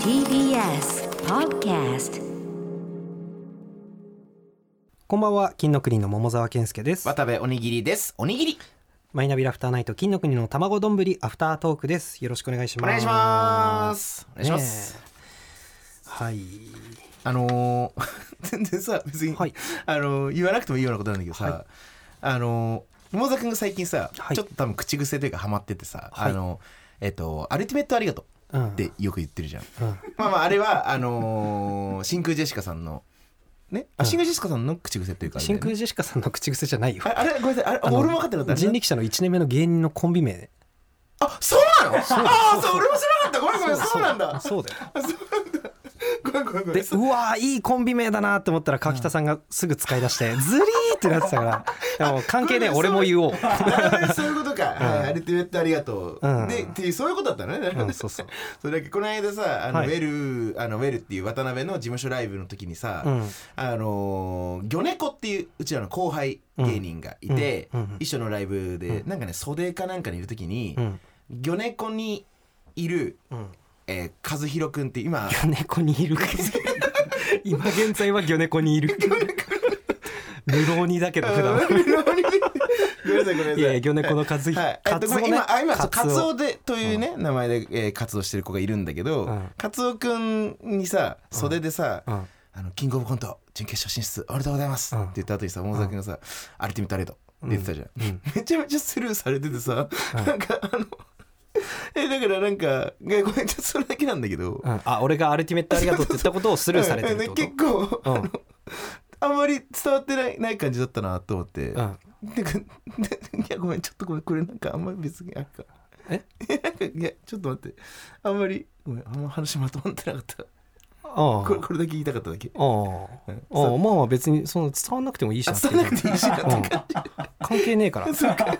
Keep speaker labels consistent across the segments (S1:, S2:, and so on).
S1: TBS Podcast
S2: こんばんは金の国の桃沢健介です
S3: 渡部おにぎりです。おにぎり。
S2: マイナビラフターナイト金の国の卵丼ぶりアフタートークですよろしくお願いし
S3: お
S2: ます
S3: 願いします。お願いします。
S2: ねえはい
S3: あのー 全然さ別に、
S2: はい
S3: あのー言わなくてもいいようなことなんだけどさ、
S2: は
S3: あのー桃沢君が最近さ、
S2: はい
S3: ちょっと多分口癖というかハマっててさ、
S2: はい
S3: あのーえっと「アルティメットありがと
S2: う
S3: う」
S2: ん
S3: ってよく言ってるじゃん。
S2: うん
S3: まあまああれはあのー真空ジェシカさんのねあ
S2: うん
S3: 真空ジェシカさんの口癖というかあれだ
S2: 真
S3: よね、
S2: 空ジェシカさんの口癖じゃないよ
S3: ああれごめんなさいあれ
S2: あの
S3: 俺も分かってなかった
S2: 人力車の一年目の芸人のコンビ名
S3: あそうなのああそう俺も知らなかったごめんごめんそうなんだ
S2: そうだよ
S3: あそうなんだごめんごめんごめ
S2: で
S3: ん
S2: うわーいいコンビ名だなって思ったら柿田さんがすぐ使い出してズリーってなってた からでも関係ねえ俺も言おう
S3: なるほど そういうことか、はいアルティメットありがとう、
S2: うん
S3: でっていうそういうことだったのね、
S2: うんそうそう
S3: それだけこの間さあの、
S2: はい
S3: ウェルあのウェルっていう渡辺の事務所ライブの時にさ、
S2: うん
S3: あのー魚猫っていううちらの後輩芸人がいて、
S2: うんうんうん
S3: 一緒のライブで、なんかね袖かなんかにいる時に、
S2: うん
S3: 魚猫にいる、
S2: うん
S3: えー、和弘くんっ て今
S2: 魚猫にいる今現在は魚猫にいる無浪にだけど普段
S3: ごめんなさいごめんなさい
S2: いやいや魚猫の和弘
S3: はい、えっ
S2: カ
S3: と
S2: ツ
S3: ご
S2: オ
S3: めん
S2: ね
S3: 今あ今そう
S2: カ
S3: カ
S2: ツオ
S3: ツオでというね、名前で、えー活動してる子がいるんだけど、
S2: うん
S3: カツオくんにさ袖でさ、
S2: うん
S3: あの「キングオブコント準決勝進出おめでとうございます」
S2: うん
S3: って言った後にさ桃沢君がさ、アルティメットありがとう」って言ってたじゃん、 めちゃめちゃスルーされててさ、なんかあのえだからなんかいやごめんちょっとそれだけなんだけど、
S2: うんあ俺がアルティメットありがとうって言ったことをスルーされてるっ てこ
S3: うん結構、
S2: とうん
S3: あんまり伝わってないない感じだったなと思って、
S2: うん
S3: なんか でいやごめんちょっとごめんこれなんかあんまり別にあれか
S2: え
S3: なんか いやちょっと待ってあんまりごめんあんま話まとまってなかった
S2: あ
S3: これこれだけ言いたかっただけ
S2: あああああまあまあ別にその伝わんなくてもいいし
S3: あ
S2: なってい
S3: 伝わな
S2: う
S3: くていいしなって感
S2: 関係ねえから
S3: じ そうか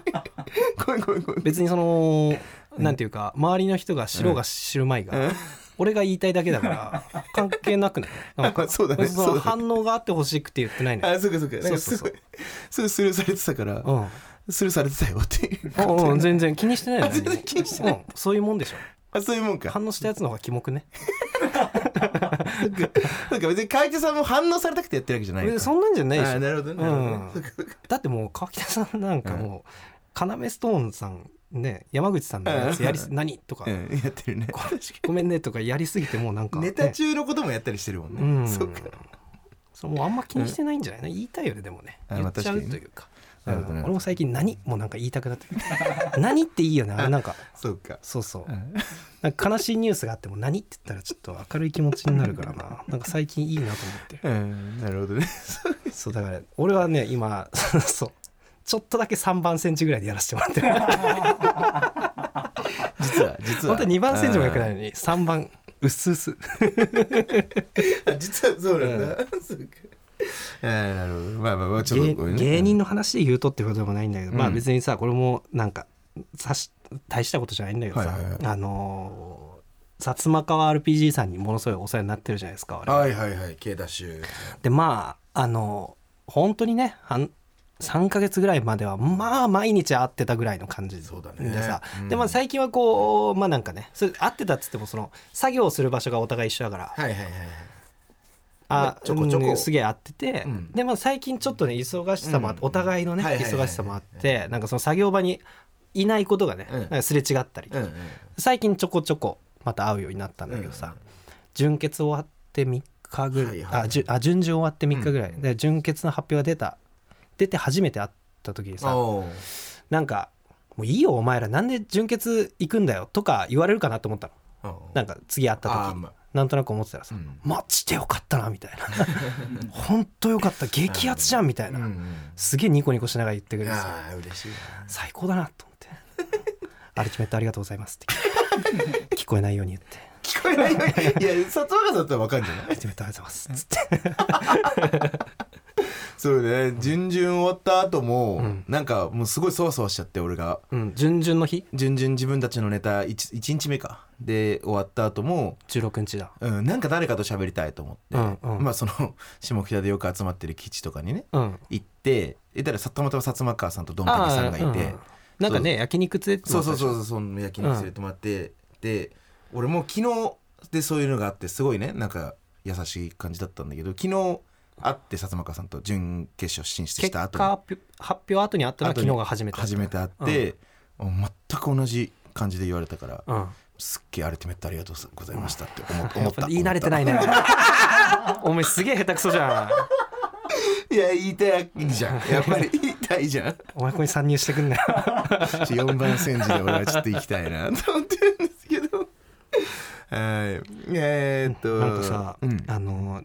S3: ごめんごめんごめん
S2: 別にそのなんていうか周りの人が知ろうが知るまいが俺が言いたいだけだから関係なく ないなんか
S3: そうだね
S2: そ
S3: そ
S2: の
S3: うだね
S2: 反応があってほしくて言ってないのよ
S3: あそうかそうかなんかすごいすごいスルーされてたから
S2: うんあ
S3: スルーされてたよっていう
S2: ああ全然気にしてないよ
S3: あ全然気にして
S2: ないそういうもんでしょ
S3: あそういうもんか
S2: 反応したやつの方がキモくね
S3: そうかそうか別に会長さんも反応されたくてやってるわけじゃないの
S2: え
S3: か
S2: そんなんじゃないでし
S3: あ
S2: ょ
S3: なるほどねなるほどねそうかそうか
S2: だってもう川北さんなんかもう要ストーンさんね山口さんのやつやりす
S3: う
S2: 何とか
S3: うんやってるね
S2: ごめんねとかやりすぎてもうなんかね
S3: ネタ中のこともやったりしてるもんね、
S2: うん
S3: そうか
S2: そうもうあんま気にしてないんじゃないの言いたいよねでもね
S3: あ
S2: 言
S3: ま
S2: っ
S3: あ
S2: ちゃう
S3: 確か
S2: と
S3: にね
S2: いうかう
S3: なるほど
S2: ん
S3: ね
S2: 俺も最近何もうなんか言いたくなってくる何っていいよねあれなんか
S3: そうか
S2: そうそう
S3: うん
S2: なんか悲しいニュースがあっても何って言ったらちょっと明るい気持ちになるからななんか最近いいなと思って
S3: うんなるほどね
S2: そうだから俺はね今 そうちょっとだけ3番センチぐらいでやらせてもらってる
S3: 実は実
S2: 本
S3: は
S2: 当は2番センチもよくないいのに3番うっすうす
S3: 実はそうなんだ、そうかあーなるほどまあまあまあちょっと
S2: 芸
S3: ごめんね
S2: 芸人の話で言うとってことでもないんだけど、まあ
S3: うん
S2: 別にさこれもなんかさし大したことじゃないんだけどさ、
S3: はいはいはい
S2: あのー薩摩川 RPG さんにものすごいお世話になってるじゃないですか我々
S3: はいはいはい K ダッシュ
S2: でまああのー本当にねはん3ヶ月ぐらいまではまあ毎日会ってたぐらいの感じでさ
S3: そうだねうん
S2: でまあ最近はこうまあなんかねそれ会ってたっつってもその作業する場所がお互い一緒だから
S3: はいはいはい
S2: あ
S3: ちょこちょこ
S2: うんすげえ合ってて、
S3: うん
S2: でまあ最近ちょっとね忙しさもあって、
S3: うん
S2: お互いのね、
S3: はいはいはい
S2: 忙しさもあってなんかその作業場にいないことがね、
S3: うん
S2: なんかすれ違ったり、
S3: うんうん
S2: 最近ちょこちょこまた会うようになったんだけどさ、純潔終わって3日ぐらい、
S3: はいはい
S2: あじゅあ順次終わって3日ぐらい、で純潔の発表が出た出て初めて会った時にさ
S3: おー
S2: なんか「もういいよお前らなんで純潔行くんだよ」とか言われるかなと思ったの
S3: おー
S2: なんか次会った
S3: あー
S2: 時
S3: まあ
S2: なんとなく思ってたらさ、
S3: うん
S2: マジでよかったなみたい なほんとよかった激アツじゃんみたいな、
S3: うんうん
S2: すげえニコニコしながら言ってくれてさ
S3: ああ嬉しいな
S2: 最高だなと思って「 アルティメットありがとうございます」って 聞こえないように言って「
S3: 聞こえないよいや薩摩川さんだったらわかんじゃない
S2: アルティメットありがとうございます」つって
S3: そうね順々終わった後も、なんかもうすごいそわそわしちゃって俺が
S2: うん準々の日
S3: 順々自分たちのネタ 1, 一日目かで終わった後も、
S2: 16日だ
S3: うん、なんか誰かと喋りたいと思って、
S2: うんうん
S3: まあその 下北でよく集まってる基地とかにね
S2: うん
S3: 行ってえたらたまたま薩摩川さんとドンパキさんがいて、
S2: うんなんかね焼肉連れてって
S3: そ
S2: も
S3: う
S2: らった
S3: そう
S2: でし
S3: そ
S2: ょ
S3: うそうその焼き肉連れてもらって、で俺もう昨日でそういうのがあってすごいねなんか優しい感じだったんだけど昨日会って薩摩川さんと準決勝進出し
S2: 結果
S3: た後
S2: 発表発表後にあったのは
S3: 後
S2: 昨
S3: に
S2: 日が初めてだった
S3: 初めて会って、もう全く同じ感じで言われたから、
S2: うん
S3: すっげえ改めてありがとうございましたって思思った思った
S2: 言い慣れてないね お前すげえ下手くそじゃん
S3: いや言いたいじゃんやっぱり言いたいじゃん
S2: お前ここに参入してくんなよ
S3: 4番戦時で俺はちょっと行きたいなと思ってるんですけどはいえー、っと
S2: なんかさ、
S3: うん、
S2: あの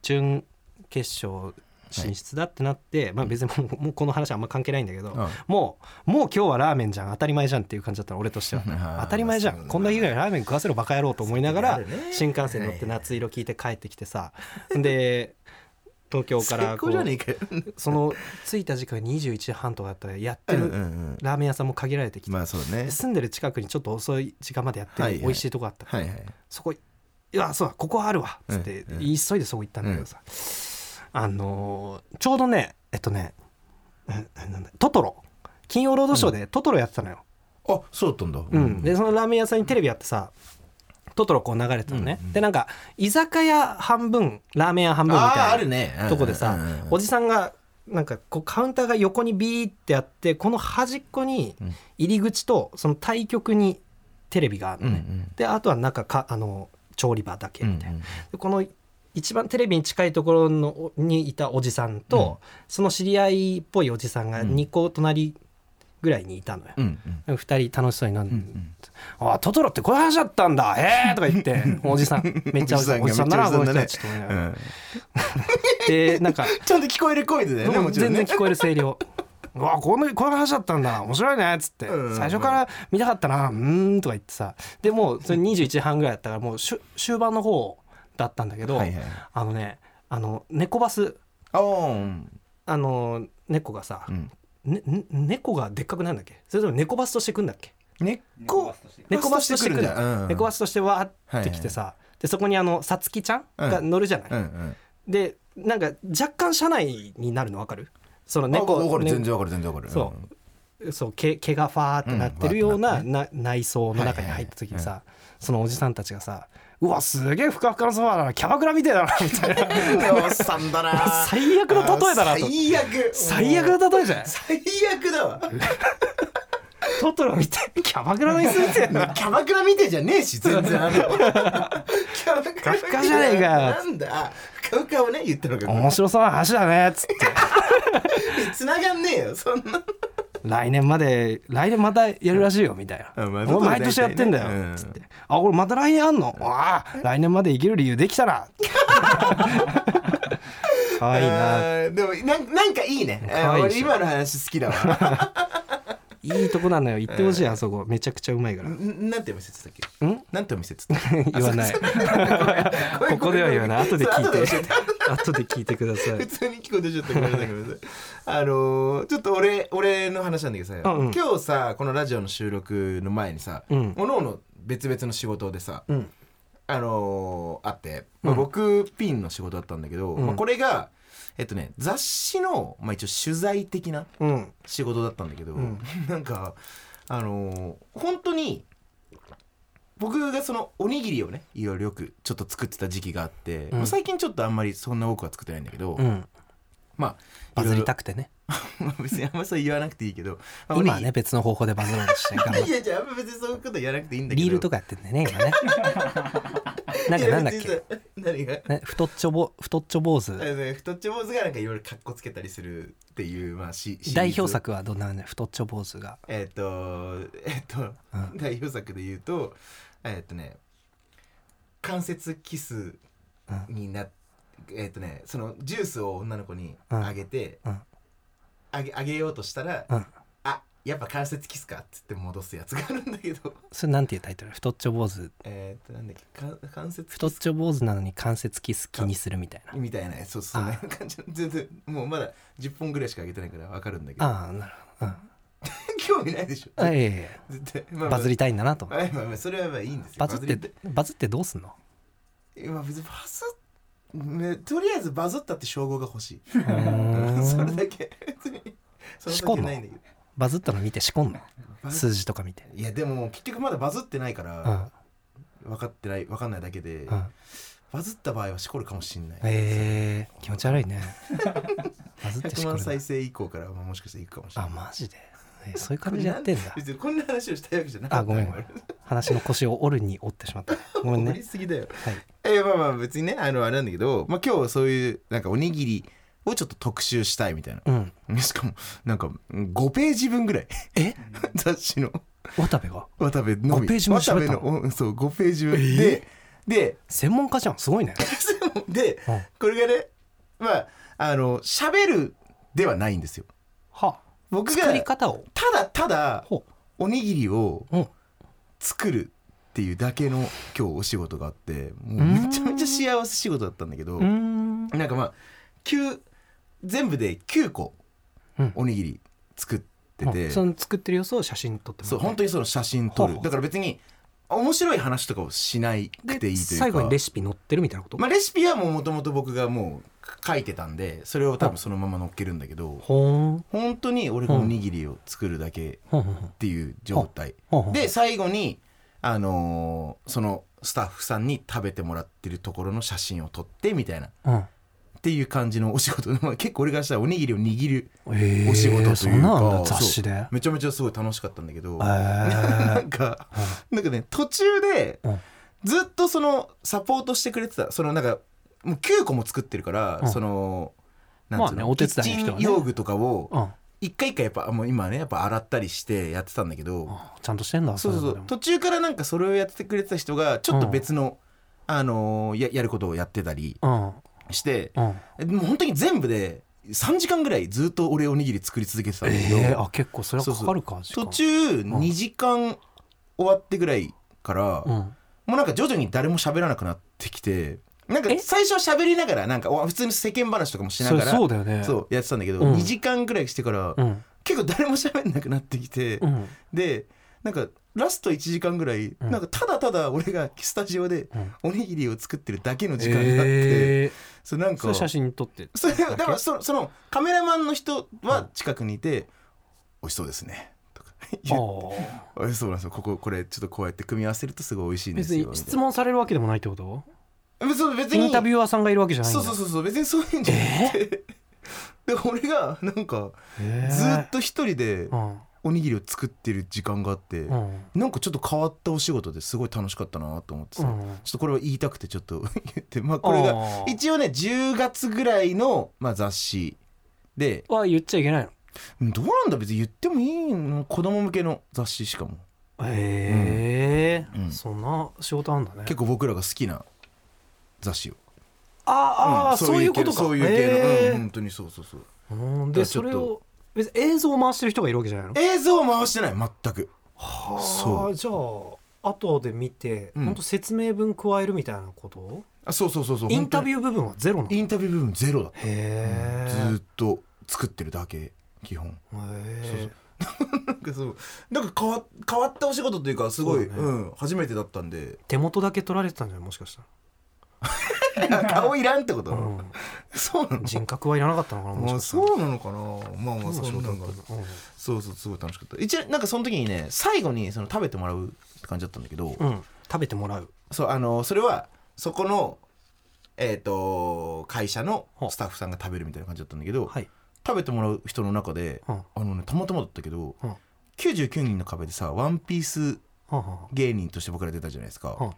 S2: 準決勝進出だってなって、まあ別にもうもうこの話はあんま関係ないんだけど、
S3: うん
S2: もうもう今日はラーメンじゃん当たり前じゃんっていう感じだったの俺として は
S3: あー
S2: 当たり前じゃ
S3: そうんだ
S2: こんだけぐらいラーメン食わせろバカ野郎と思いながら
S3: そうだよね
S2: 新幹線乗って夏色聞いて帰ってきてさで東京から
S3: 最
S2: こ
S3: 高じゃねえ
S2: う
S3: かよ
S2: その着いた時間21時半とかだったらやって
S3: うんう
S2: る
S3: んうん
S2: ラーメン屋さんも限られてきて
S3: まあそうね
S2: で住んでる近くにちょっと遅い時間までやって
S3: はいは
S2: る
S3: い
S2: 美味しいとこあったから、
S3: はいはい
S2: そこいやそうだここあるわっつって、
S3: うんうん
S2: 急いでそこ行ったんだけどさ、あのーちょうどねえっとねうんなんだトトロ金曜ロードショーでトトロやってたのよ、
S3: あそうだったんだ、
S2: うんでそのラーメン屋さんにテレビあってさトトロこう流れてたのね、でなんか居酒屋半分ラーメン屋半分み
S3: ああーあ
S2: たい
S3: る
S2: な
S3: ねうん
S2: とこでさ、
S3: うんうんうん
S2: おじさんがなんかこうカウンターが横にビーってあってこの端っこに入り口とその対極にテレビがあるのね、
S3: うんうん
S2: であとは中かあの調理場だけみたいな、
S3: うんうん
S2: でこの一番テレビに近いところのにいたおじさんと、その知り合いっぽいおじさんが2個隣ぐらいにいたのよ、
S3: うんうん
S2: 2人楽しそうに飲んで、あトトロってこういう話だったんだへえ」とか言 っておじさんめっちゃおじさんおじさんだなこの人たちと思いながら
S3: うん
S2: でなんか
S3: ちゃんと聞こえる声でだよねもちろ
S2: 全
S3: んね
S2: 然聞こえる声量う わこんなこういう話だったんだ面白いねっつって、
S3: うん
S2: 最初から見たかったなうーんとか言ってさでもうそれ21時半ぐらいだったからもうしゅ終盤の方だったんだけど、
S3: はいはい
S2: あのねあの猫バス
S3: あー
S2: あの猫がさ、
S3: うん
S2: ねね猫がでっかくなるんだっけそれとも猫バスとしてくんだっけ
S3: 根っこ
S2: 猫バスとしてくんだよ、猫バ
S3: ス
S2: スとしてわーってきてさ、でそこにあのさつきちゃんが乗るじゃない、
S3: うんうん
S2: でなんか若干車内になるの分かるその
S3: 猫
S2: 猫
S3: わかる
S2: ね
S3: 全然わかる全然わかる
S2: そそう毛毛がファーってなってるような,、な内装の中に入った時にさ、そのおじさんたちがさ「うわすげえふかふかのソファーだなキャバクラみてえだな」み たいな
S3: うんおっさんだな
S2: 最悪の例えだなと
S3: 最悪
S2: 最悪の例えじゃない
S3: 最悪だわ
S2: トトロ見てキャバクラの椅子みてえな
S3: キャバクラ見てじゃねえし全然あ のキャバクラ見て
S2: ふかふかじゃねえかよ
S3: なんだあふかふかをね言ったのか
S2: 面白そうな話だねっつって
S3: 繋がんねえよそんな
S2: 来年まで来年またやるらしいよみたいな、
S3: うんまあ
S2: 俺毎年やってんだよ、
S3: そうだよねうん
S2: つってあ俺また来年あんの、ああ来年まで生きる理由できた なかわいいな
S3: あーでもなんなんかいいね
S2: 可愛いで
S3: 俺
S2: しょ
S3: 今の話好きだわ
S2: いいとこなのよ行ってほしい、あそこめちゃくちゃうまいから
S3: んなんてお店っつったっけ
S2: ん
S3: なんてお店っつった
S2: 言わない
S3: ごめ
S2: こ
S3: ん
S2: こでは言わない後で聞
S3: そう後で
S2: い
S3: 教
S2: て
S3: えて
S2: 後で聞いてくださ
S3: 普
S2: い
S3: 通に聞こえてちょっとごめんなさいごめんなさいあのーちょっと俺俺の話なんだけどさ、
S2: うんうん
S3: 今日さこのラジオの収録の前にさ、
S2: うん
S3: おのおの別々の仕事でさ、
S2: うん
S3: あのーあって、まあ、僕ピンの仕事だったんだけど、
S2: ん
S3: まあ、これがえっとね雑誌の、まあ、一応取材的な
S2: うん
S3: 仕事だったんだけど、
S2: ん
S3: なんかあのー本当に僕がそのおにぎりをねいろいろよくちょっと作ってた時期があって、
S2: ん
S3: まあ最近ちょっとあんまりそんな多くは作ってないんだけど、
S2: うん
S3: まあ
S2: バ
S3: いろ
S2: ズ
S3: い
S2: り
S3: ろ
S2: たくてね
S3: 別にあんまそう言わなくていいけど、まあ
S2: 今はね別の方法でバズろうとして頑
S3: お
S2: 張
S3: に
S2: っ
S3: ぎりいやじゃああんま別にそういうこと言わなくていいんだけど
S2: リールとかやってんだよね今ねなんかなんだっ
S3: いや
S2: け、
S3: 別に さ何が
S2: ね、太っちょぼ太っちょ坊主
S3: あのね太っちょ坊主がなんかいろいろかっこつけたりするっていうまあしシリーズ
S2: 代表作はどんなね太っちょ坊主が
S3: えっ、とえっ、と、代表作で言うとえっ、とね関節キスになっえっ、とねそのジュースを女の子にあげて、
S2: うん
S3: あげあげようとしたら、
S2: うん
S3: あやっぱ関節キスかっつって戻すやつがあるんだけど
S2: それなんていうタイトル太っちょ坊主
S3: えっとなんだっけか関節キス
S2: 太っちょ坊主なのに関節キス気にするみたいな
S3: みたいなそうそんな感じ全然もうまだ10本ぐらいしか上げてないから分かるんだけど
S2: ああなるほど、
S3: 興味ないでしょ
S2: うん、あいやいやいや
S3: 絶対、まあまあ
S2: バズりたいんだなと思って
S3: まあまあまあそれはまあいいんですよ
S2: バズっ
S3: り
S2: てバズってどうすんの
S3: 今別にバズっ、ね、とりあえずバズったって称号が欲しい
S2: ーん
S3: それだけ別にそ
S2: 仕
S3: れだ
S2: 込
S3: け
S2: むの
S3: ないんだけど
S2: バズったの見て仕込んの
S3: バズ
S2: 数字とか見て
S3: いやでも結局まだバズってないか
S2: うん
S3: ら、分かってない分かんないだけで、
S2: うん
S3: バズった場合はしこるかもしれない、
S2: えー、気持ち悪いねバズってしこ
S3: 100万
S2: るな
S3: 再生以降から、まあ、もしかしていくかもしれな
S2: あ
S3: い
S2: マジで、えーそういう感じでやってんだ
S3: 別にこんな話をしたいわけじゃなかった
S2: あごめんごめん話の腰を折るに折ってしまったごめん
S3: 盛
S2: ね
S3: りすぎだよ、
S2: はい
S3: えーまあまあ別にねあのあれなんだけど、まあ、今日はそういうなんかおにぎりをちょっと特集したいみたいな
S2: うん
S3: しかもなんか5ページ分ぐらい
S2: え
S3: 雑誌の
S2: 渡部が
S3: 渡部のみ
S2: 5ページ分
S3: 渡
S2: 喋っ
S3: 部
S2: たの
S3: のうんそう5ページ分、で
S2: 専門家じゃんすごいね、
S3: でで
S2: うん、
S3: これがねまああの喋るではないんですよ
S2: は
S3: 僕が
S2: 作り方を
S3: ただただ
S2: ほ
S3: おにぎりを
S2: う、うん、
S3: 作るっていうだけの今日お仕事があってもうめちゃめちゃ幸せ仕事だったんだけど、
S2: うーん
S3: なんかまあ9全部で9個
S2: うん
S3: おにぎり作ってて、
S2: うんその作ってる様子を写真撮ってもら
S3: そう本当にその写真撮
S2: ほう
S3: る
S2: ほう
S3: だから別に面白い話とかをしないくていいというか
S2: 最後にレシピ載ってるみたいなこと、
S3: まあ、レシピはもともと僕がもう書いてたんでそれを多分そのまま乗っけるんだけど
S2: ほーん
S3: 本当に俺がおにぎりを作るだけ
S2: ほんほんほん
S3: っていう状態
S2: ほんほん
S3: で最後にあのーそのスタッフさんに食べてもらってるところの写真を撮ってみたいなっ
S2: うん
S3: ていう感じのお仕事まあ結構俺からしたらおにぎりを握る
S2: えー
S3: お仕事というか、
S2: そんなのあるんだ
S3: そう
S2: 雑誌でへ
S3: めちゃめちゃすごい楽しかったんだけ ど、な
S2: ー
S3: んかなんかね途中で
S2: うん
S3: ずっとそのサポートしてくれてたそのなんかもう9個も作ってるから、
S2: うん
S3: そのなんつうの
S2: まあねお手伝いの人はね
S3: キッチン用具とかを
S2: うん
S3: 一回一回やっぱもう今はねやっぱ洗ったりしてやってたんだけど、
S2: あちゃんとしてんだ
S3: そうそうそ
S2: れで
S3: う
S2: も
S3: 途中からなんかそれをやってくれてた人がちょっと別の、あのーややることをやってたりして、
S2: うんうん
S3: もう本当に全部で3時間ぐらいずっと俺おにぎり作り続けてたんだけど、
S2: えー、あ結構それはかかるか時間
S3: 途中2時間終わってぐらいから、
S2: う
S3: も
S2: ん
S3: うなんか徐々に誰も喋らなくなってきてなんか
S2: え
S3: 最初は喋りながらなんかお普通に世間話とかもしな
S2: そ
S3: が
S2: れ
S3: ら
S2: そうだよね
S3: そうやってたんだけど、
S2: うん
S3: 2時間ぐらいしてから、
S2: うん
S3: 結構誰も喋んなくなってきて。
S2: うん
S3: でなんかラスト1時間ぐらい、
S2: ん
S3: なんかただただ俺がスタジオで
S2: うん
S3: おにぎりを作ってるだけの時間があって、
S2: えー
S3: それなん
S2: そ
S3: か
S2: れ写真撮って
S3: それ
S2: だけ
S3: だからそそのカメラマンの人は近くにいて「美味しそうですね」とか
S2: あ
S3: 言う
S2: ー
S3: 美味しそうなんですよこここれちょっとこうやって組み合わせるとすごい美味しいんで
S2: 別
S3: すよ」
S2: に質問されるわけでもないってこと
S3: みたいなそう別に
S2: インタビュアーさんがいるわけじゃないん
S3: そ
S2: だ
S3: うそうそうそう別にそういうんじゃなくて、で俺がなんか
S2: へー
S3: ずーっと一人で
S2: うん
S3: おにぎりを作ってる時間があって、
S2: うん
S3: なんかちょっと変わったお仕事ですごい楽しかったなと思ってさ、
S2: うん
S3: ちょっとこれは言いたくてちょっと 言ってまあこれが
S2: あー
S3: 一応ね10月ぐらいの、まあ、雑誌で
S2: は言っちゃいけないの
S3: うんどうなんだ別に言ってもいいの子供向けの雑誌しかも
S2: へえ、
S3: うん
S2: そんな仕事あんだね
S3: 結構僕らが好きな雑誌を
S2: あーあー、
S3: ん
S2: そういうことか
S3: そういう系の、
S2: へ
S3: う
S2: ー
S3: ん本当にそうそうそう
S2: うん
S3: だから
S2: で
S3: ちょ
S2: そ
S3: っと
S2: れを別に映像を回してる人がいるわけじゃないの
S3: 映像を回してない全く
S2: はあ
S3: そう
S2: じゃあ後で見て、
S3: うん
S2: ほんと説明文加えるみたいなこと
S3: あそうそうそうそう
S2: インタビ
S3: ュ
S2: ュー部分はゼロなの
S3: ーインタビュー部分ゼロだった、
S2: へ
S3: ずーっと作ってるだけ基本そうそう
S2: え
S3: なんかそう なんか変わ変わったお仕事というかすごい、
S2: そううだね
S3: ん、初めてだったんで
S2: 手元だけ取られてたんじゃないもしかした
S3: 顔いらんってこと、
S2: ら、うん、
S3: そうなの
S2: 人格はいらなかったのか なもし
S3: あ
S2: かしたら
S3: そうなのかなまあまあそ
S2: そうう
S3: な
S2: なんん
S3: か
S2: だ
S3: そうそうすごい楽しかった一応なんかその時にね最後にその食べてもらうって感じだったんだけど、
S2: うん、うん食べてもらう
S3: そうあのそれはそこのえっ、と会社のスタッフさんが食べるみたいな感じだったんだけど、
S2: はい、
S3: 食べてもらう人の中で、
S2: うんは
S3: あのねたまたまだったけど、
S2: うん
S3: 99人の壁でさワンピース
S2: あは
S3: 芸人として僕ら出たじゃないですか、
S2: うん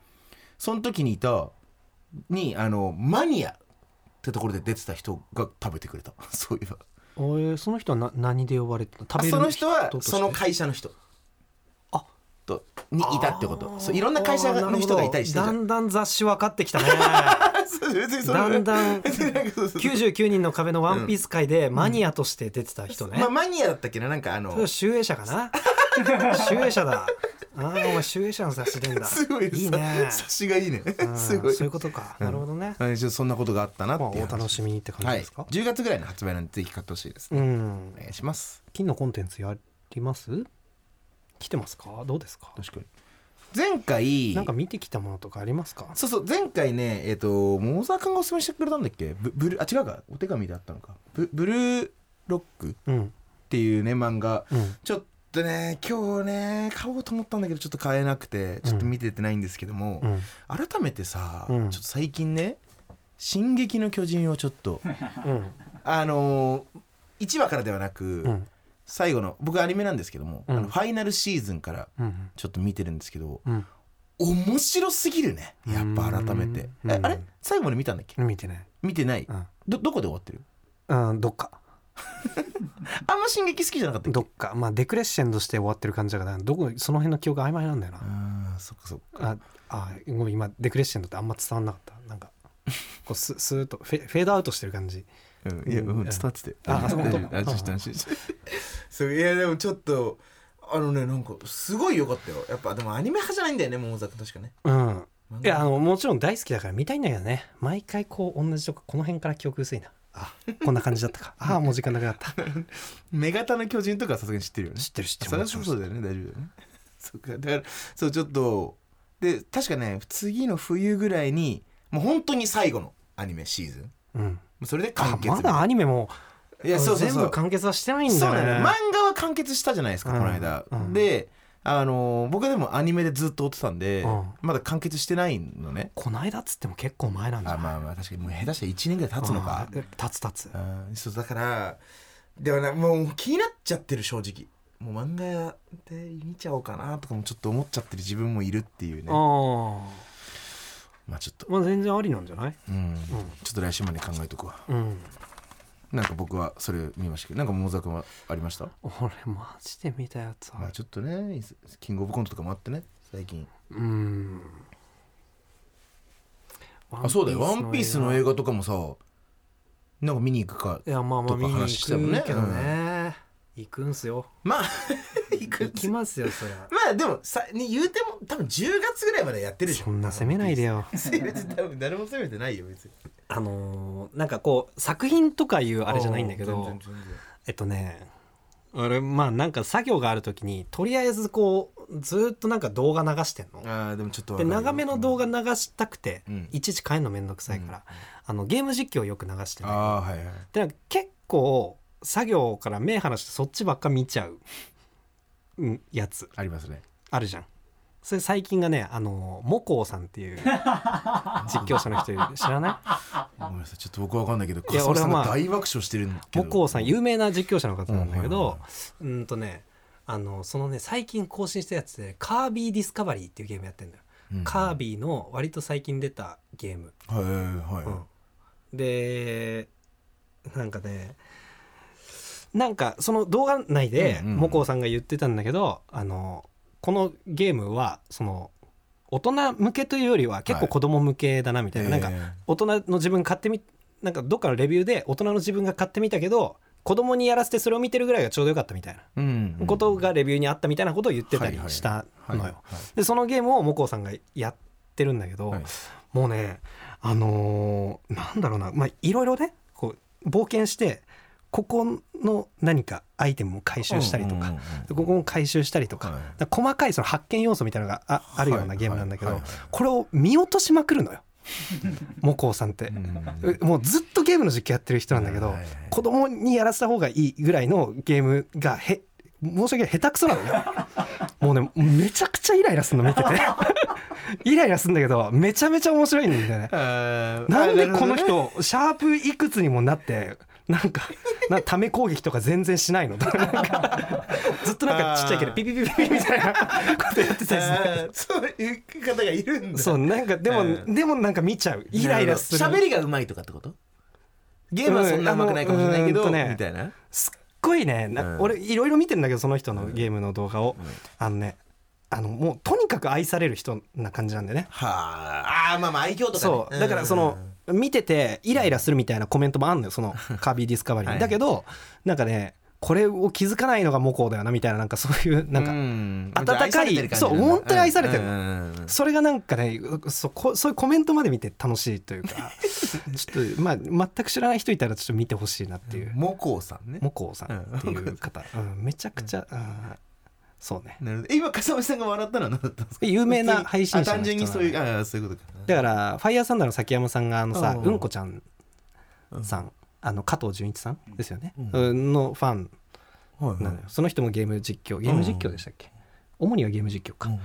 S3: その時にいたにあのマニアってところで出てた人が食べてくれた そういえば
S2: あえーその人はな何で呼ばれてた食
S3: あ
S2: べる
S3: その人は
S2: として
S3: その会社の人
S2: あ
S3: とにいたってこ
S2: あ
S3: と
S2: ー
S3: そういろんな会社の人がいたりして
S2: あ
S3: た
S2: ーな
S3: じゃ
S2: るほどだ
S3: ん
S2: んだん雑誌分かってきたね
S3: そう 別にそれ
S2: だんだん
S3: 別になんかそうそうそう
S2: 99人の壁のワンピース界でマニアとして出てた人ね、
S3: まあマニアだったっけななんかあの
S2: それは集英社かな集英社だああお前集英社の雑誌出んだ
S3: すごい
S2: いね
S3: さ差しがいいね
S2: うん
S3: すごい
S2: そういうことか、なるほどね、
S3: はいちょっとそんなことがあったなって
S2: まあ、
S3: いう
S2: お楽しみにって感
S3: は
S2: じ
S3: い
S2: ですか、
S3: 10月ぐらいの発売なんでぜひ買ってほしいですね
S2: うん
S3: お願いします
S2: 金のコンテンツやります来てますかどうですか
S3: 確かに前回
S2: なんか見てきたものとかありますか
S3: そうそう前回ねえっ、と桃沢君がおすすめしてくれたんだっけブブルあ違うかお手紙であったのかブブルーロックっ
S2: うん
S3: ていうね漫画
S2: うん
S3: ちょっとね今日ね買おうと思ったんだけどちょっと買えなくてちょっと見ててないんですけども、
S2: うん
S3: 改めてさ、
S2: うん
S3: ちょっと最近ね「進撃の巨人」をちょっと
S2: うん
S3: あのー、1話からではなく、
S2: うん
S3: 最後の僕アニメなんですけども、
S2: うん
S3: あのファイナルシーズンから
S2: うん
S3: ちょっと見てるんですけど
S2: うん
S3: 面白すぎるねやっぱ改めて
S2: うん
S3: えあれ最後まで見たんだっけ
S2: 見てない
S3: 見てない
S2: うん
S3: どどこで終わってる
S2: うんどっか
S3: あんま進撃好きじゃなかったっけ
S2: どっかまあデクレッシェンドして終わってる感じだからどこその辺の記憶曖昧なんだよな
S3: あーそっかそっか
S2: ああごめん今デクレッシェンドってあんま伝わんなかったなんかこうス スーッとフェフェードアウトしてる感じ
S3: うんいや、うん、
S2: うん
S3: 伝わってて。
S2: あ
S3: 大丈夫
S2: あ本当
S3: 大丈夫安心して安心して。 そう、いや、でも、ちょっと。あのね、なんか、すごい良かったよ。やっぱ、でも、アニメ派じゃないんだよね、桃沢君、確かね。
S2: うん
S3: 漫画
S2: いやあのもちろん大好きだから見たいんだけどね毎回こう同じとここの辺から記憶薄いなあこんな感じだった かああもう時間なくなった
S3: 女型の巨人とか、さすがに知ってるよね。
S2: 知ってる知ってる
S3: それはそうだよね、大丈夫だよね。 そうか、だから、そう、ちょっと。で、確かね、次の冬ぐらいに、もう本当に最後のアニメシーズン。も
S2: うん
S3: うそれで完
S2: あ
S3: 結。
S2: まだアニメも
S3: いや、そうそうそう。
S2: 全部完結はしてないん
S3: そ
S2: だ
S3: う
S2: よ
S3: だ
S2: ね
S3: ね漫画は完結したじゃないですか、
S2: うん
S3: この間、
S2: うん
S3: であのー僕はでもアニメでずっと追ってたんで、
S2: うん
S3: まだ完結してないのね
S2: こないだっつっても結構前なんじゃ
S3: あ
S2: ない
S3: まあまあ確かにもう下手したら1年ぐらい経つのか
S2: うん立つ立つ
S3: うんそうだからではなもう気になっちゃってる正直もう漫画で見ちゃおうかなとかもちょっと思っちゃってる自分もいるっていうね
S2: ああ
S3: まあちょっと、
S2: まあ全然ありなんじゃない
S3: うんちょっと来週まで考えとくわ
S2: うん
S3: なんか僕はそれ見ましたけどなんか桃沢君はありました、
S2: 俺マジで見たやつ
S3: ま
S2: は
S3: あ、ちょっとねキングオブコントとかもあってね最近
S2: うん
S3: あそうだよ「ワンピースの映画とかもさなんか見に行くか
S2: いやまあまあ
S3: とか
S2: 見に
S3: 話してたもん
S2: 行
S3: ね
S2: くけどね、行くんすよ
S3: まあ行く
S2: 行きますよそりゃ
S3: まあでもさに言うても多分10月ぐらいまでやってるでしょ
S2: そんな責めないでよ
S3: 別に多分誰も責めてないよ別に
S2: あのーなんかこう作品とかいうあれじゃないんだけ
S3: う
S2: ど
S3: 全然全然
S2: えっとねあれまあなんか作業がある時にとりあえずこうずーっとなんか動画流してんの
S3: ああでもちょっとわか
S2: で
S3: るよ
S2: 長めの動画流したくて、
S3: うん
S2: いちいち変えるのめんどくさいから、あのゲーム実況をよく流して
S3: あ
S2: ね
S3: あはいはい
S2: で結構作業から目離してそっちばっか見ちゃううんやつ
S3: ありますね
S2: あるじゃんそれ最近がねあのモコウさんって いう実況者の人いる知らない
S3: ごめんなさいちょっと僕わかんないけど
S2: いや
S3: 笠間
S2: 俺
S3: さん
S2: は
S3: が
S2: まあ
S3: 大爆笑してるんだけど
S2: モコウさん有名な実況者の方なんだけ
S3: うんはい
S2: どうんとねあのそのね最近更新したやつでカービィディスカバリーっていうゲームやってんだよ、
S3: うん
S2: カービィの割と最近出たゲーム
S3: はいはいは
S2: でなんかねなんかその動画内で
S3: うんうんうん
S2: モコウさんが言ってたんだけど、あのこのゲームはその大人向けというよりは結
S3: は
S2: 構
S3: い
S2: 子供向けだなみ
S3: い
S2: たいな、なんか大人の自分買ってみなんかどっかのレビューで大人の自分が買ってみたけど子供にやらせてそれを見てるぐらいがちょうどよかったみたいな
S3: か
S2: ことがレビューにあったみたいなことを言ってたりしたのよ。でそのゲームをモコウさんがやってるんだけど、もうねあのーなんだろうなまあいろいろねこう冒険してここの何かアイテムを回収したりとか、でここも回収したりとか,、
S3: はい
S2: 細かいその発見要素みたいなのがああるよう
S3: は
S2: ないゲームなんだけど、
S3: はいはいはい
S2: これを見落としまくるのよ モコウさんって。
S3: うん
S2: もうずっとゲームの実況やってる人なんだけど、
S3: はいはいはい
S2: 子供にやらせた方がいいぐらいのゲームがへ申し訳ない下手くそなの よもうねめちゃくちゃイライラするの見てて イライラするんだけどめちゃめちゃ面白いんだよね
S3: あー
S2: なん
S3: あ
S2: で
S3: ーる
S2: こ
S3: ほど
S2: の
S3: ね
S2: 人、シャープいくつにもなってなんかなため攻撃とか全然しないの なんかずっとなんかちっちゃいけど
S3: あー
S2: ピピピピピみたいな ことやってたりする
S3: あーそういう方がいるんだ
S2: そうなんかでも、
S3: うん
S2: でもなんか見ちゃうイライラする
S3: なほど喋りがうま いとかってことゲームはそんなうまくないかもしれないけど、
S2: うんあのうーんとね
S3: みたいな
S2: すっごいね、な
S3: うん
S2: 俺いろいろ見てんだけどその人のゲームの動画を、
S3: うん
S2: あのねあのもうとにかく愛される人な感じなんだよね。
S3: はああーまあまあ愛嬌とか、ね、
S2: そうだからその見ててイライラするみたいなコメントもあんのよその「カービィディスカバリーに」
S3: はい
S2: だけどなんかねこれを気づかないのがモコウだよなみたいななんかそういうなんか、温かいそう本当に愛されてる
S3: の
S2: それがなんかねそこそういうコメントまで見て楽しいというかちょっとまあ全く知らない人いたらちょっと見てほしいなっていう
S3: モコウさんね
S2: モコウさんっていう方、うん、めちゃくちゃ、あーそうね
S3: なるほどえ今笠間さんが笑ったのは何だったんですか
S2: 有名な配信者
S3: あ
S2: の人なの
S3: 単純にそういうあーそういうことか
S2: だからファイヤーサンダーの崎山さんがあのさ
S3: うん
S2: うんこちゃんさんあの加藤純一さんですよね、
S3: う
S2: のファンなのよその人もゲーム実況ゲーム実況でしたっけ、主にはゲーム実況か、
S4: うん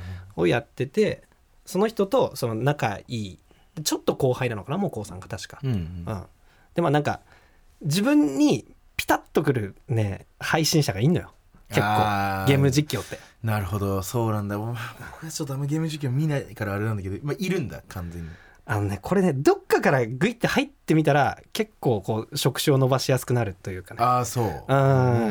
S2: をやっててその人とその仲いいちょっと後輩なのかなもう高さんが確か、
S4: うんうん
S2: うんでまあなんか自分にピタッとくるね配信者がいんのよ結構
S3: あ
S2: ゲーム実況って
S3: なるほどそうなんだもう僕はちょっとあんまゲーム実況見ないからあれなんだけど、まあ、いるんだ完全に
S2: あのねこれねどっかからグイって入ってみたら結構こう触手を伸ばしやすくなるというかね
S3: ああそう
S2: う
S3: うん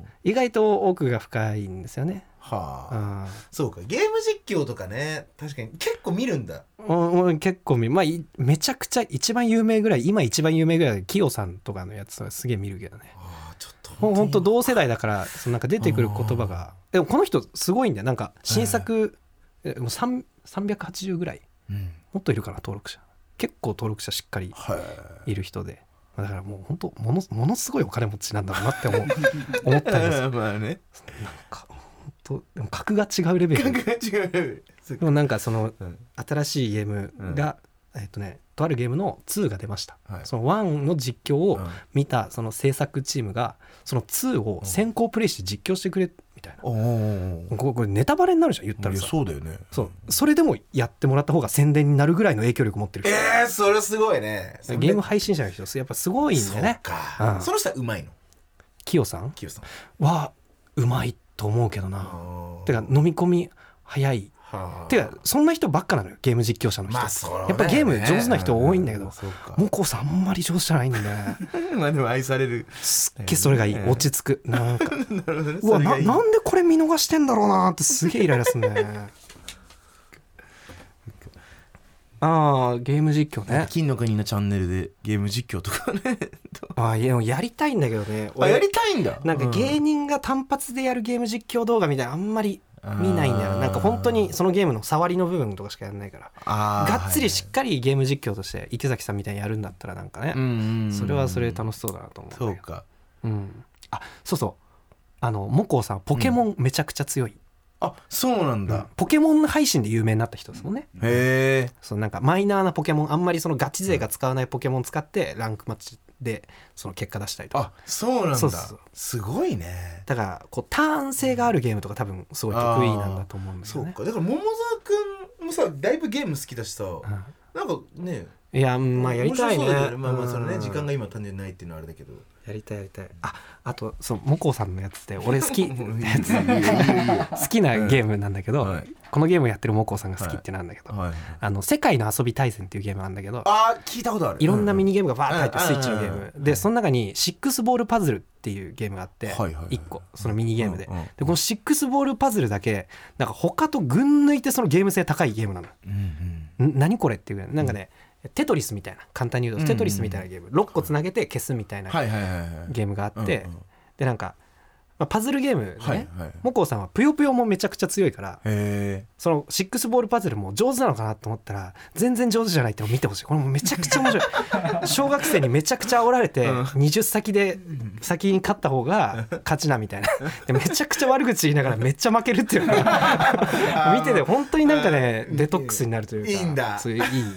S2: ん意外と奥が深いんですよね
S3: は
S2: う
S3: あ
S2: ん
S3: そうかゲーム実況とかね確かに結構見るんだ
S2: うんうん結構見まあいめちゃくちゃ一番有名ぐらい今一番有名ぐらいでキヨさんとかのやつはすげえ見るけどね
S3: ああちょっと
S2: ほんほんと
S3: ど
S2: 同世代だからそのなんか出てくる言葉がでもこの人すごいんだよなんか新作、えもう3 380ぐらい
S3: うん
S2: もっといるかな登録者結構登録者しっかり
S3: はい
S2: いる人でまあだからもう本当ものものすごいお金持ちなんだろうなって思う思ったんです よ
S3: まあね
S2: なんか本当でも格が違うレベル
S3: 感
S2: で
S3: 覚が違うそう
S2: もなんかその
S3: うん
S2: 新しいゲームが、えっとねとあるゲームの2が出ました、
S3: はい
S2: その1の実況を
S3: うん
S2: 見たその制作チームがその2を先行プレイして実況してくれみたいな、
S3: おー
S2: これこれネタバレになるじゃん言った
S3: い
S2: ら
S3: や
S2: さ
S3: そうだよね
S2: そうそれでもやってもらった方が宣伝になるぐらいの影響力持ってる人
S3: えー、それすごいね
S2: ゲーム配信者の人やっぱすごいんだよね
S3: そうか、
S2: うん
S3: その人はうまいの
S2: キヨさん
S3: キヨさん
S2: はうまいと思うけどなて
S3: て
S2: か飲み込み早い
S3: はあ
S2: てかそんな人ばっかなのよゲーム実況者の人、
S3: まあそらね
S2: やっぱゲーム上手な人多いんだけど、
S3: うそうか
S2: もうこうさんあんまり上手じゃないんだよ ね
S3: まあでも愛される
S2: すっげえそれがいい
S3: ええ
S2: 落ち着くなんか
S3: なるほどね
S2: うわ
S3: それが
S2: ない
S3: い
S2: なんでこれ見逃してんだろうなってすげえイライラすん ねああゲーム実況ね
S3: 金の国のチャンネルでゲーム実況とかね
S2: ああいやでもやりたいんだけどね
S3: あ
S2: 俺
S3: やりたいんだ
S2: なんか芸人が単発でやるゲーム実況動画みたいなのあんまり見ないんだよ
S3: あ
S2: な
S3: ー
S2: なんか本当にそのゲームの触りの部分とかしかやんないから
S3: あー
S2: がっつりしっかりゲーム実況として池崎さんみたいにやるんだったらなんかね、
S3: はいうんうん
S2: それはそれで楽しそうだなと思うんだけど
S3: そうか
S2: うん、あそうそうあのモコウさんポケモンめちゃくちゃ強い、
S3: あそうなんだ
S2: ポケモン配信で有名になった人ですもんね、
S3: へえ
S2: そのなんかマイナーなポケモンあんまりそのガチ勢が使わないポケモン使ってランクマッチでその結果出したりとか
S3: あそうなん
S2: そ
S3: だ
S2: うそうそう
S3: すごいね
S2: だからこうターン性があるゲームとか多分すごい得意なんだと思うんです
S3: そ
S2: よ
S3: う
S2: ね
S3: かだから桃沢くんもさだいぶゲーム好きだしさ
S2: うん
S3: なんかね
S2: いやまあやりたいね
S3: 面白そうだよまあまあそのね
S2: うん
S3: 時間が今単純にないっていうのはあれだけど
S2: やりたいやりたいああとそのモコウさんのやつって俺好 き
S3: もういい
S2: やつ好きなゲームなんだけど、
S3: はい
S2: このゲームやってるモコウさんが好きってなんだけど、
S3: はい
S2: あの世界の遊び対戦っていうゲームなんだけど
S3: あー聞いたことある
S2: いろんなミニゲームがバーッと入ってスイ
S3: うん
S2: ッチのゲームでその中にシックスボールパズルっていうゲームがあって
S3: はいはいはい
S2: 1個そのミニゲームでで
S3: うんうん
S2: このシックスボールパズルだけなんか他と群抜いてそのゲーム性高いゲームなの
S3: うんうん
S2: ん何これっていうぐらいなんかねテトリスみたいな簡単に言う
S3: うんう
S2: と
S3: ん
S2: テトリスみたいなゲーム6個つなげて消すみたいな
S3: はいはいはいはい
S2: ゲームがあって
S3: うんうん
S2: でなんかまあパズルゲームで
S3: はい
S2: ね
S3: はい
S2: もこうさんはぷよぷよもめちゃくちゃ強いから
S3: へえ
S2: そのシックスボールパズルも上手なのかなと思ったら全然上手じゃないってのを見てほしいこれもめちゃくちゃ面 白い小学生にめちゃくちゃ煽られて
S3: うん
S2: 20先で先に勝った方が勝ちなみたいなでめちゃくちゃ悪口言いながらめっちゃ負けるっていうのが見てて本当になんかねデトックスになるというか
S3: いいんだ
S2: そういういい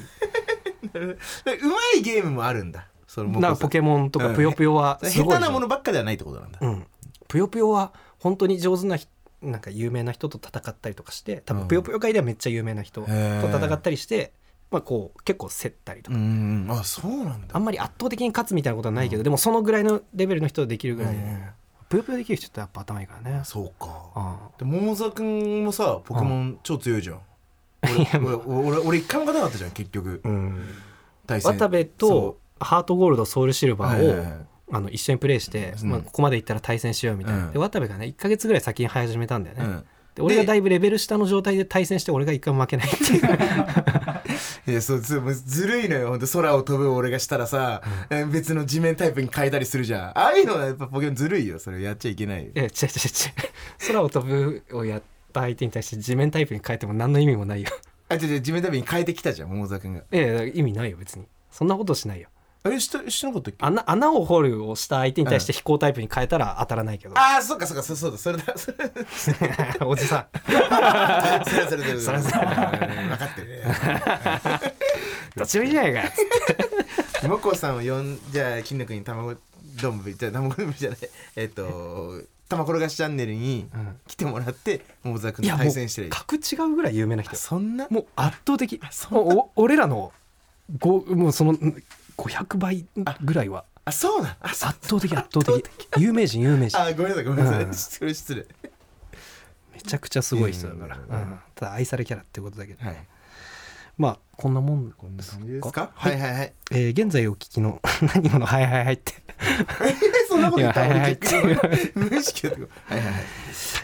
S3: でうまいゲームもあるんだその
S2: なんかポケモンとかぷよぷよはす
S3: 下
S2: ごい
S3: 手なものばっかではないってことなんだ
S2: うんぷよぷよは本当に上手な人なんか有名な人と戦ったりとかして多
S3: う
S2: 分
S3: ん
S2: ぷよぷよ界ではめっちゃ有名な人と
S3: へー
S2: 戦ったりして、まあ、こう結構競ったりと
S3: う
S2: か、
S3: んあそうなん
S2: あんまり圧倒的に勝つみたいなことはないけど、でもそのぐらいのレベルの人できるぐらいで、
S3: うん
S2: ぷよぷよできる人ってやっぱ頭いいからね
S3: そうか
S2: あ
S3: で桃沢くんもさポケモン超強いじゃん俺俺俺俺一回も勝たなかったじゃん結局
S2: あうん
S3: 対戦
S2: 渡部とハートゴールドソウルシルバ
S3: はいはい
S2: ー
S3: は
S2: を
S3: い
S2: あの一緒にプレイして、
S3: うん
S2: まあ、ここまでいったら対戦しようみたいな、
S3: うん
S2: で渡部がね1か月ぐらい先に早始めたんだよね、
S3: うん
S2: で俺がだいぶレベル下の状態で対戦して俺が一回も負けないっていう
S3: いやそうずずるいのよほんと空を飛ぶ俺がしたらさえー別の地面タイプに変えたりするじゃんああいうのはやっぱポケモンずるいよそれやっちゃいけないよ
S2: いや違う違う違う空を飛ぶをやった相手に対して地面タイプに変えても何の意味もないよ
S3: あ違う違う地面タイプに変えてきたじゃん桃沢くんが
S2: いやいや意味ないよ別にそんなことしないよ
S3: えしてしてなかったっけ
S2: 穴穴を掘るをした相手に対して飛行タイプに変えたら当たらないけど、
S3: ああそっかそっかそそうだそ れだそれ
S2: おじさん
S3: それそれそれ
S2: それそれ
S3: うん分かってる
S2: どっちもいいじゃないか っつって
S3: モコさんを呼んじゃあ金の国卵丼ぶりじゃあ卵丼ぶりじゃないえっと玉転がしチャンネルに
S2: うん
S3: 来てもらって桃沢君
S2: い
S3: と
S2: や
S3: 対
S2: もう
S3: 戦してる
S2: 格違うぐらい有名な人
S3: そんな
S2: もう圧倒的
S3: あそんな
S2: お俺らのごもうそのん500倍ぐらいは
S3: あそうだあそう
S2: 圧倒的圧倒的有名人有名人
S3: あごめんなさいごめんなさい、
S2: うん
S3: 失礼失礼
S2: めちゃくちゃすごい人だから、
S3: いやいやいや
S2: うんただ愛されキャラってことだけど、
S3: はい
S2: まあこんなもん
S3: こんな感じですす
S2: か
S3: かはいはいはい
S2: えー現在お聞きの 何今の「はいはいはい」って、
S3: そんなこと言ったら
S2: いやは
S3: 俺
S2: い
S3: 結構無意識だったはいはいはい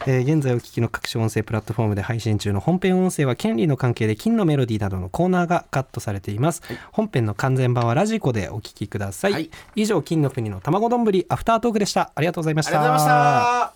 S2: えー現在お聞きの各種音声プラットフォームで配信中の本編音声は権利の関係で金のメロディーなどのコーナーがカットされています、本編の完全版はラジコでお聞きください、
S3: はい
S2: 以上金の国の卵丼アフタートークでしたありがとうございま
S3: あ
S2: し
S3: りがとう
S2: た
S3: ございました